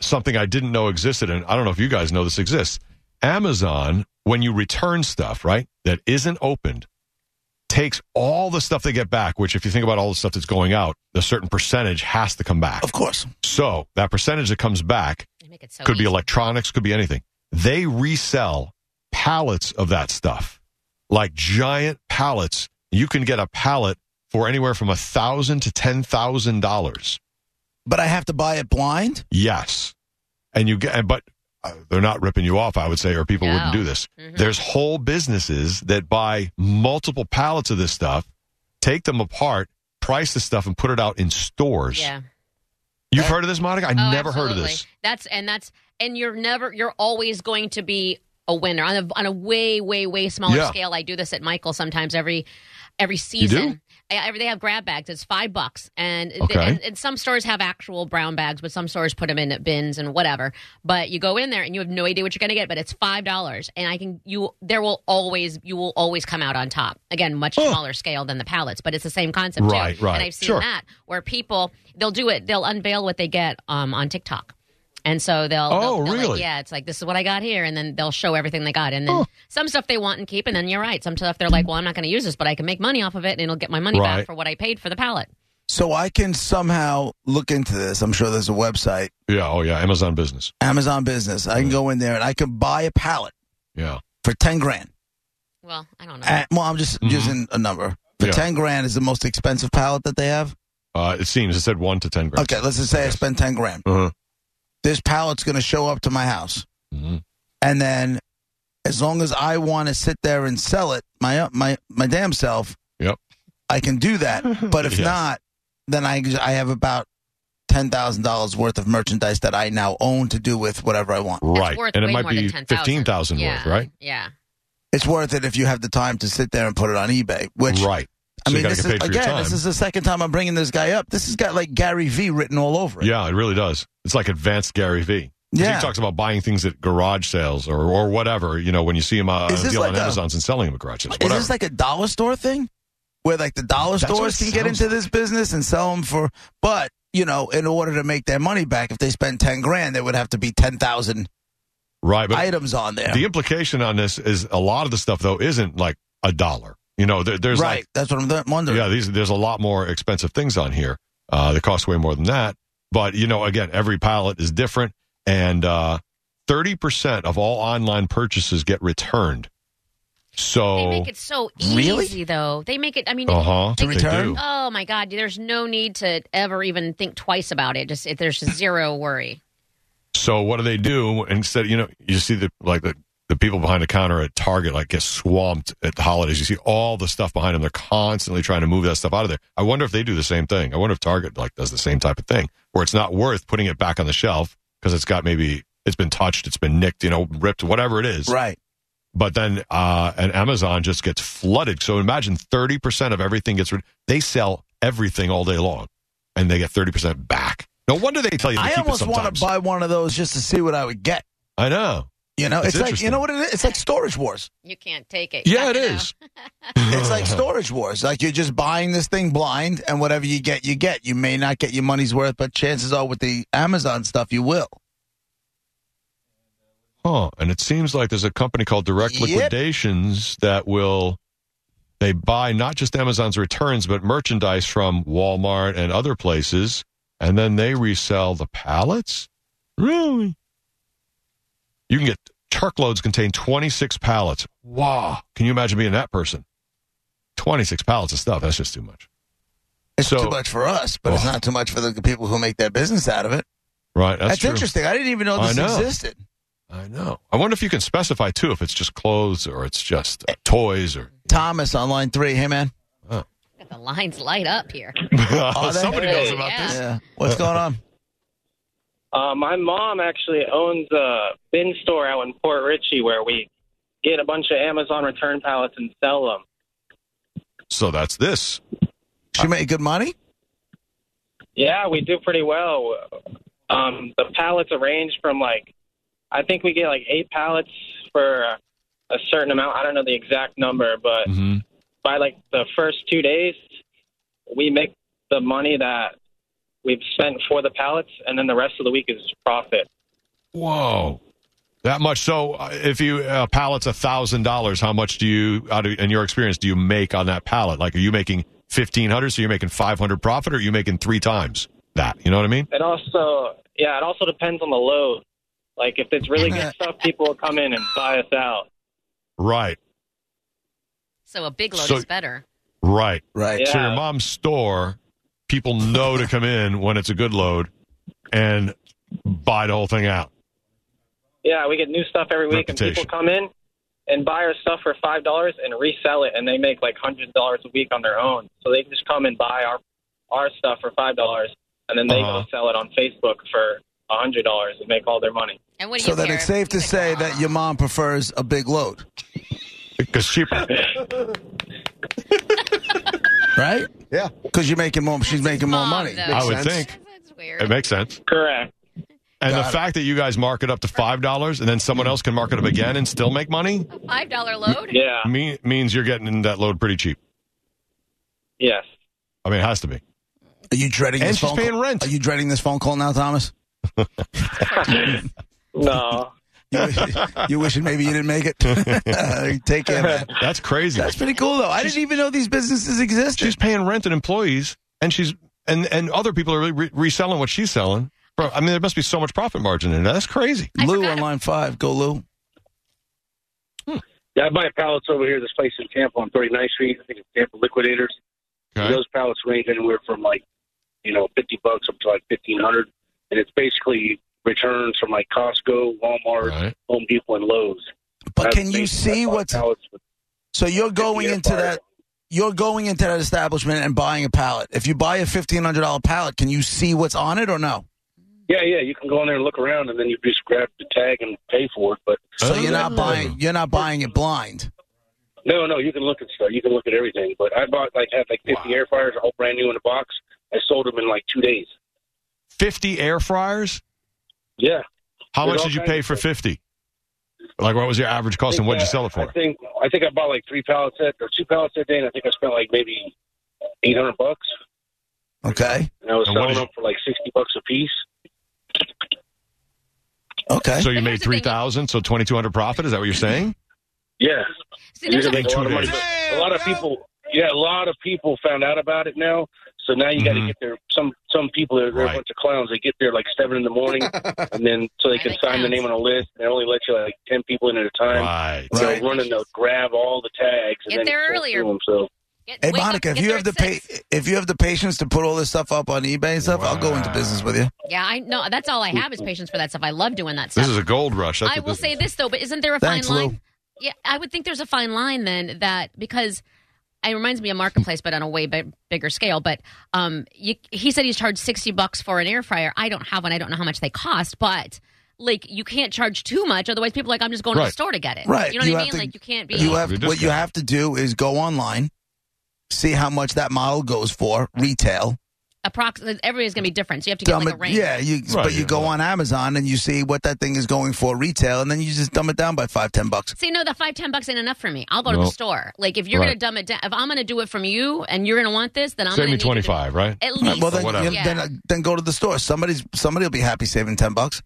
something I didn't know existed, and I don't know if you guys know this exists. Amazon, when you return stuff, right, that isn't opened, takes all the stuff they get back, which, if you think about all the stuff that's going out, a certain percentage has to come back. Of course. So that percentage that comes back They make it so could be easy. electronics, could be anything. They resell pallets of that stuff, like giant pallets. You can get a pallet for anywhere from a thousand to ten thousand dollars. But I have to buy it blind? Yes, and you get, but uh, they're not ripping you off. I would say, or people No. wouldn't do this. Mhm. There's whole businesses that buy multiple pallets of this stuff, take them apart, price the stuff, and put it out in stores. Yeah. You've heard of this, Monica? I Oh, never heard of absolutely. this. That's and that's and you're never you're always going to be a winner on a on a way way way smaller Yeah. scale. I do this at Michael sometimes every every season. I, I- they have grab bags. It's five bucks, and, Okay. and and some stores have actual brown bags, but some stores put them in bins and whatever. But you go in there and you have no idea what you're going to get, but it's five dollars, and I can you there will always you will always come out on top. Again, much smaller scale than the pallets, but it's the same concept, too. Right, right. And I've seen Sure. that that where people they'll do it they'll unveil what they get um, on tiktok and so they'll Oh, they'll- they'll, like, really? yeah it's like this is what i got here and then they'll show everything they got and then some stuff they want and keep and then you're right some stuff they're like well i'm not going to use this but i can make money off of it and it'll get my money Right. back for what i paid for the pallet So I can somehow look into this. I'm sure there's a website, Yeah. Oh, yeah. Amazon business. Amazon Business. Mm-hmm. I can go in there and I can buy a pallet Yeah. for 10 grand. well i don't know Uh, well, I'm just Mhm. using a number. For Yeah. 10 grand is the most expensive pallet that they have. Uh, it seems it said one to ten grams. Okay, let's just say I spend 10 grand. Uh-huh. This pallet's going to show up to my house. Mhm. And then as long as I want to sit there and sell it, my my my damn self, Yep. I can do that. But if Yes. not, then I I have about $10,000 worth of merchandise that I now own to do with whatever I want. It's Right. worth and it way might more be than 10,000. 15,000 yeah. worth, right? yeah It's worth it if you have the time to sit there and put it on eBay, which right. So I you mean, got to this get is, paid for your again, time. this is the second time I'm bringing this guy up. This has got like Gary V written all over it. yeah, it really does. It's like advanced Gary Vee. 'Cause Yeah. He talks about buying things at garage sales or, or whatever, you know, when you see him uh, Is this deal like on a- Amazon's and selling them at garage sales. Is Whatever. this like a dollar store thing? Where like the dollar That's what stores it can get sounds into this business and sell them for, but you know, in order to make their money back, if they spend ten grand, there would have to be ten thousand right. But items on there. the implication on this is a lot of the stuff, though, isn't like a dollar. You know, there, there's right? like That's what I'm th- wondering. Yeah, these there's a lot more expensive things on here uh, that cost way more than that. But you know, again, every pallet is different, and uh, thirty percent of all online purchases get returned. they So, make it so easy Really? though they make it i mean uh huh, To return? oh my god there's no need to ever even think twice about it just there's zero worry So what do they do instead? You know, you see the like the, the people behind the counter at Target like get swamped at the holidays. You see all the stuff behind them. They're constantly trying to move that stuff out of there. I wonder if they do the same thing. I wonder if Target like does the same type of thing where it's not worth putting it back on the shelf because it's got maybe it's been touched, it's been nicked, you know, ripped, whatever it is. Right. But then uh, and Amazon just gets flooded. So imagine thirty percent of everything gets. Re- they sell everything all day long, and they get thirty percent back. No wonder they tell you. To I keep almost it want sometimes. to buy one of those just to see what I would get. I know. You know, That's it's like you interesting. know what it is. It's like storage wars. you can't take it Yeah, it You know? is. It's like storage wars. Like you're just buying this thing blind, and whatever you get, you get. You may not get your money's worth, but chances are with the Amazon stuff, you will. Huh. Oh, And it seems like there's a company called Direct Yep. Liquidations that will they buy not just Amazon's returns but merchandise from Walmart and other places and then they resell the pallets? Really? You can get truckloads contain 26 pallets. Wow. Can you imagine being that person? 26 pallets of stuff. That's just too much. It's So- too much for us, but it's Oh. not too much for the people who make their business out of it. Right. That's, That's, true. interesting. I didn't even know I this know. existed. I know. I wonder if you can specify too if it's just clothes or it's just uh, toys or Thomas on line three. Hey, man. Look at The lines light up here. Are they- Oh, somebody knows about Yeah. this. Yeah. What's going on? Uh, my mom actually owns a bin store out in Port Richey where we get a bunch of Amazon return pallets and sell them. So that's this. She made good money? Yeah, we do pretty well. Um, the pallets arrange from like, I think we get like eight pallets for a certain amount. I don't know the exact number, but Mm-hmm. by like the first two days, we make the money that we've spent for the pallets, and then the rest of the week is profit. Whoa. That much. So, uh, if you uh, pallet's a thousand dollars, how much do you, out of, in your experience, do you make on that pallet? Like, are you making fifteen hundred? So you're making five hundred profit, or are you making three times that? You know what I mean? It also, yeah, it also depends on the load. Like if it's really good stuff, people will come in and buy us out. Right, So a big load So- is better. right. Right. Yeah. So your mom's store, people know to come in when it's a good load, and buy the whole thing out. Yeah, we get new stuff every week, and Reputation. people come in and buy our stuff for five dollars and resell it, and they make like hundred dollars a week on their own. So they can just come and buy our our stuff for five dollars, and then they Uh-huh. go sell it on Facebook for a hundred dollars and make all their money. And what do So you that care it's if safe to it's "Oh, say wrong? that your mom prefers a big load, Because cheaper. right? Yeah. Because you're making more. She's making more Mom, money. though. I would sense. think That's weird. it makes sense. Correct. And Got the it. fact that you guys mark it up to five dollars, and then someone else can mark it up again and still make money, a five dollar load. Yeah. mean, means you're getting that load pretty cheap. Yes. I mean, it has to be. Are you dreading And this she's phone paying call? rent. Are you dreading this phone call now, Thomas? No. You, wish, you wishing maybe you didn't make it. Take care, man. That's crazy. That's pretty cool, though. I didn't even know these businesses existed. she's paying rent and employees, and she's and and other people are re- reselling what she's selling. Bro, I mean, there must be so much profit margin in it. That's crazy. I Lou forgot- on line five. Go, Lou. Yeah, I buy pallets over here. This place in Tampa on 39th Street. I think it's Tampa Liquidators. Okay. Those pallets range anywhere from like, you know, 50 bucks up to like 1500 And it's basically returns from like Costco, Walmart, Right. Home Depot, and Lowe's. But That's can you basically- I see buy what's pallets with so you're going air into fryer. that? You're going into that establishment and buying a pallet. If you buy a fifteen hundred dollar pallet, can you see what's on it or no? Yeah, yeah. You can go in there and look around, and then you just grab the tag and pay for it. But So you're not Oh. buying. You're not buying it blind. No, no, you can look at stuff. You can look at everything. But I bought like had like fifty air fryers, all brand new in a box. I sold them in like two days. Fifty air fryers. Yeah. How There's much all did you kinds pay of for fifty? Like, what was your average cost, and what did you sell it I for? think I think I bought like three pallets that or two pallets that day, and I think I spent like maybe eight hundred bucks, Okay. and I was And what selling is- them for like sixty bucks a piece. Okay. So you But made here's the thing- three thousand, so twenty two hundred profit. Is that what you're saying? Yeah, See, there's You're a, gonna make a lot of Two money. days. But A lot of people, yeah, a lot of people found out about it now. So now you got to Mhm. get there. Some some people are they're Right. a bunch of clowns. They get there like seven in the morning, and then so they I can like sign the clowns. name on a list. And they only let you like ten people in at a time. Right. So Right. running, they'll grab all the tags and Get then there sort earlier. through 'em. So get, Hey wake up, Monica, if get you there have the at pa- six. if you have the patience to put all this stuff up on eBay and stuff, I'll go into business with you. Yeah, I know. That's all I have is patience for that stuff. I love doing that stuff. This is a gold rush. That's I what will this say is. this though, but isn't there a Thanks, fine Lou. line? Yeah, I would think there's a fine line then that because it reminds me of marketplace, but on a way bi- bigger scale. But um, you, he said he's charged sixty bucks for an air fryer. I don't have one. I don't know how much they cost, but like you can't charge too much, otherwise people are like I'm just going to Right. the store to get it. Right. You know what You I have mean? to- like you can't be. You Yeah, have we what you discount. have to do is go online, see how much that model goes for retail. approximately everybody's going to be different, so you have to get Dumb like a it- range. yeah, you, Right, but you yeah, go right. on Amazon and you see what that thing is going for retail, and then you just dumb it down by five ten bucks. See, no, the five ten bucks ain't enough for me. I'll go to No. the store. Like if you're Right. going to dumb it down, if I'm going to do it from you and you're going to want this, then I'm Save going me to twenty five, right? At Right, least, well, then, Whatever. you- Yeah. then uh, then go to the store. Somebody's somebody'll be happy saving ten bucks.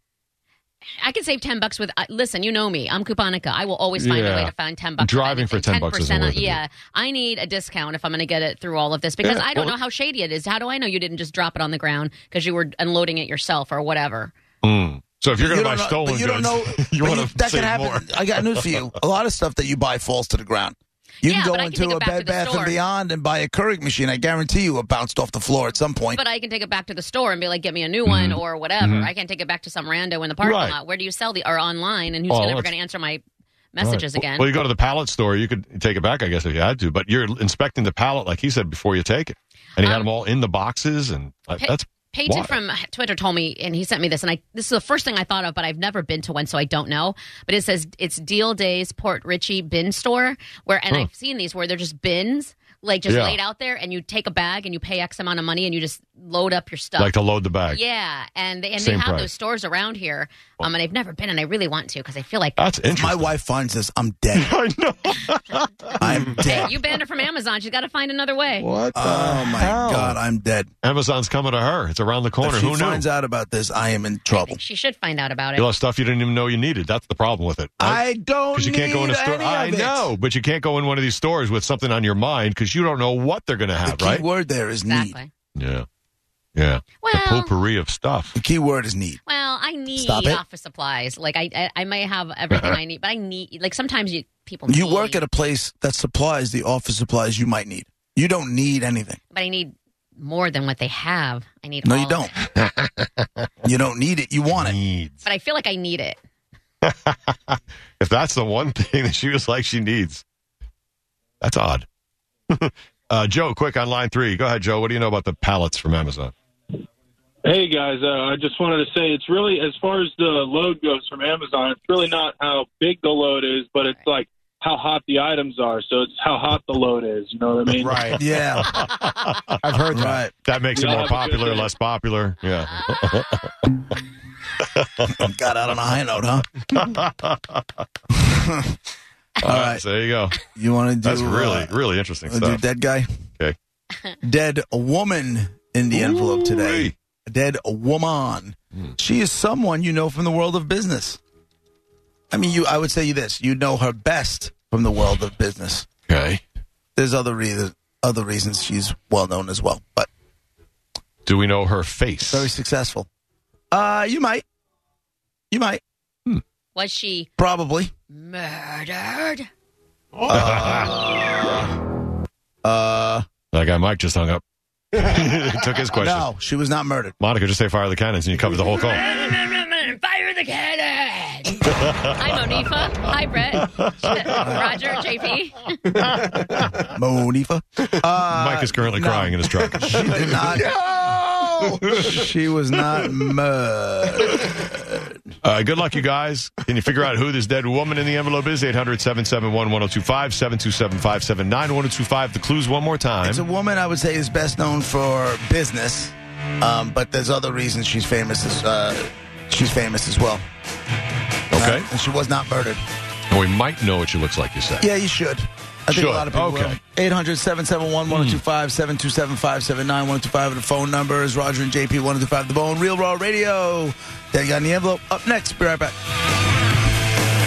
I can save ten bucks with. Uh, listen, you know me. I'm Couponica. I will always find Yeah. a way to find ten bucks. Driving for 10 bucks isn't 10% worth it. Yeah, I need a discount if I'm going to get it through all of this because Yeah, I don't well- know how shady it is. How do I know you didn't just drop it on the ground because you were unloading it yourself or whatever? Mm. So if you're going You to buy don't know- stolen but goods, you don't know- you but want you- to that save can happen. more. I got news for you. A lot of stuff that you buy falls to the ground. You Yeah, can but go I can into take a it back to Bed the Bath store. and Beyond and buy a Keurig machine. I guarantee you, it bounced off the floor at some point. But I can take it back to the store and be like, "Get me a new one" or whatever. I can't take it back to some rando in the parking Mm-hmm. Right. lot. Where do you sell the or online? And who's Oh, never let's- going to answer my messages Right. again? Well, you go to the pallet store. You could take it back, I guess, if you had to. But you're inspecting the pallet, like he said, before you take it. And he had Um, them all in the boxes, and like, Hey- that's Peyton Why? from uh, Twitter told me, and he sent me this, and I this is the first thing I thought of, but I've never been to one, so I don't know. But it says it's Deal Days Port Richie Bin Store, where and Huh. I've seen these where they're just bins, like just Yeah. laid out there, and you take a bag and you pay X amount of money, and you just load up your stuff. like to load the bag. uh, yeah, and they and Same they have price. those stores around here. Um, and I've never been, and I really want to because I feel like That's My interesting. wife finds this. I'm dead. I know. I'm Uh, dead. you banned her from Amazon. She's got to find another way. What? the Oh my hell? God, I'm dead. Amazon's coming to her. It's around the corner. if she Who finds knew? out about this, I am in I trouble. think she should find out about it. You lost stuff you didn't even know you needed. That's the problem with it. right? I don't you can't go in a need store. any I of it. know, but you can't go in one of these stores with something on your mind because you don't know what they're going to The have, key right? word there is need. Exactly. Yeah, yeah. the Well, potpourri of stuff. The key word is need. well, I need Stop it. office supplies. Like I, I, I may have everything I need, but I need like sometimes you people. You need, work at a place that supplies the office supplies you might need. You don't need anything. but I need more than what they have. I need. No, all you of don't. it. you don't need it. You want it. Needs. But I feel like I need it. If that's the one thing that she was like she needs, that's odd. uh, Joe, quick on line three. Go ahead, Joe. What do you know about the pallets from Amazon? Hey guys, uh, I just wanted to say it's really as far as the load goes from Amazon, it's really not how big the load is, but it's like how hot the items are. So it's how hot the load is. You know what I mean? Right. Yeah. I've heard right. That makes it Yeah, more that's a good popular, idea. less popular. Yeah. Got out on a high note, huh? All right. So there you go. You want to do? That's really, uh, really interesting wanna do stuff. dead guy. Okay. Dead woman in the envelope today. Ooh-wee. A dead woman. She is someone you know from the world of business. I mean, you. I would say you this. You know her best from the world of business. Okay. There's other reasons. Other reasons she's well known as well, but Do we know her face? very successful. Uh, you might. You might Was she probably. murdered? Uh, That guy Mike just hung up. Took his question. no, she was not murdered. Monica, just say fire the cannons and you cover the whole call. Uh, Fire the cannon! Hi, Monifa. Hi, Brett. Roger, JP. Monifa. Uh, Mike is currently no. crying in his truck. She did not. She was not murdered. Uh, good luck, you guys. Can you figure out who this dead woman in the envelope is? 800 771 1025 727 579 1025. The clues one more time. It's a woman I would say is best known for business, um, but there's other reasons she's famous. As, uh, she's famous as well. Okay. Uh, and she was not murdered. And we might know what she looks like, you said. Yeah, you should. I think Should. a lot of people Okay. will. 800-771-1025, 727-579-1025 the phone number is Roger and JP 1025 The Bone, Real Raw Radio. Dead Guy in the Envelope. Up next, be right back.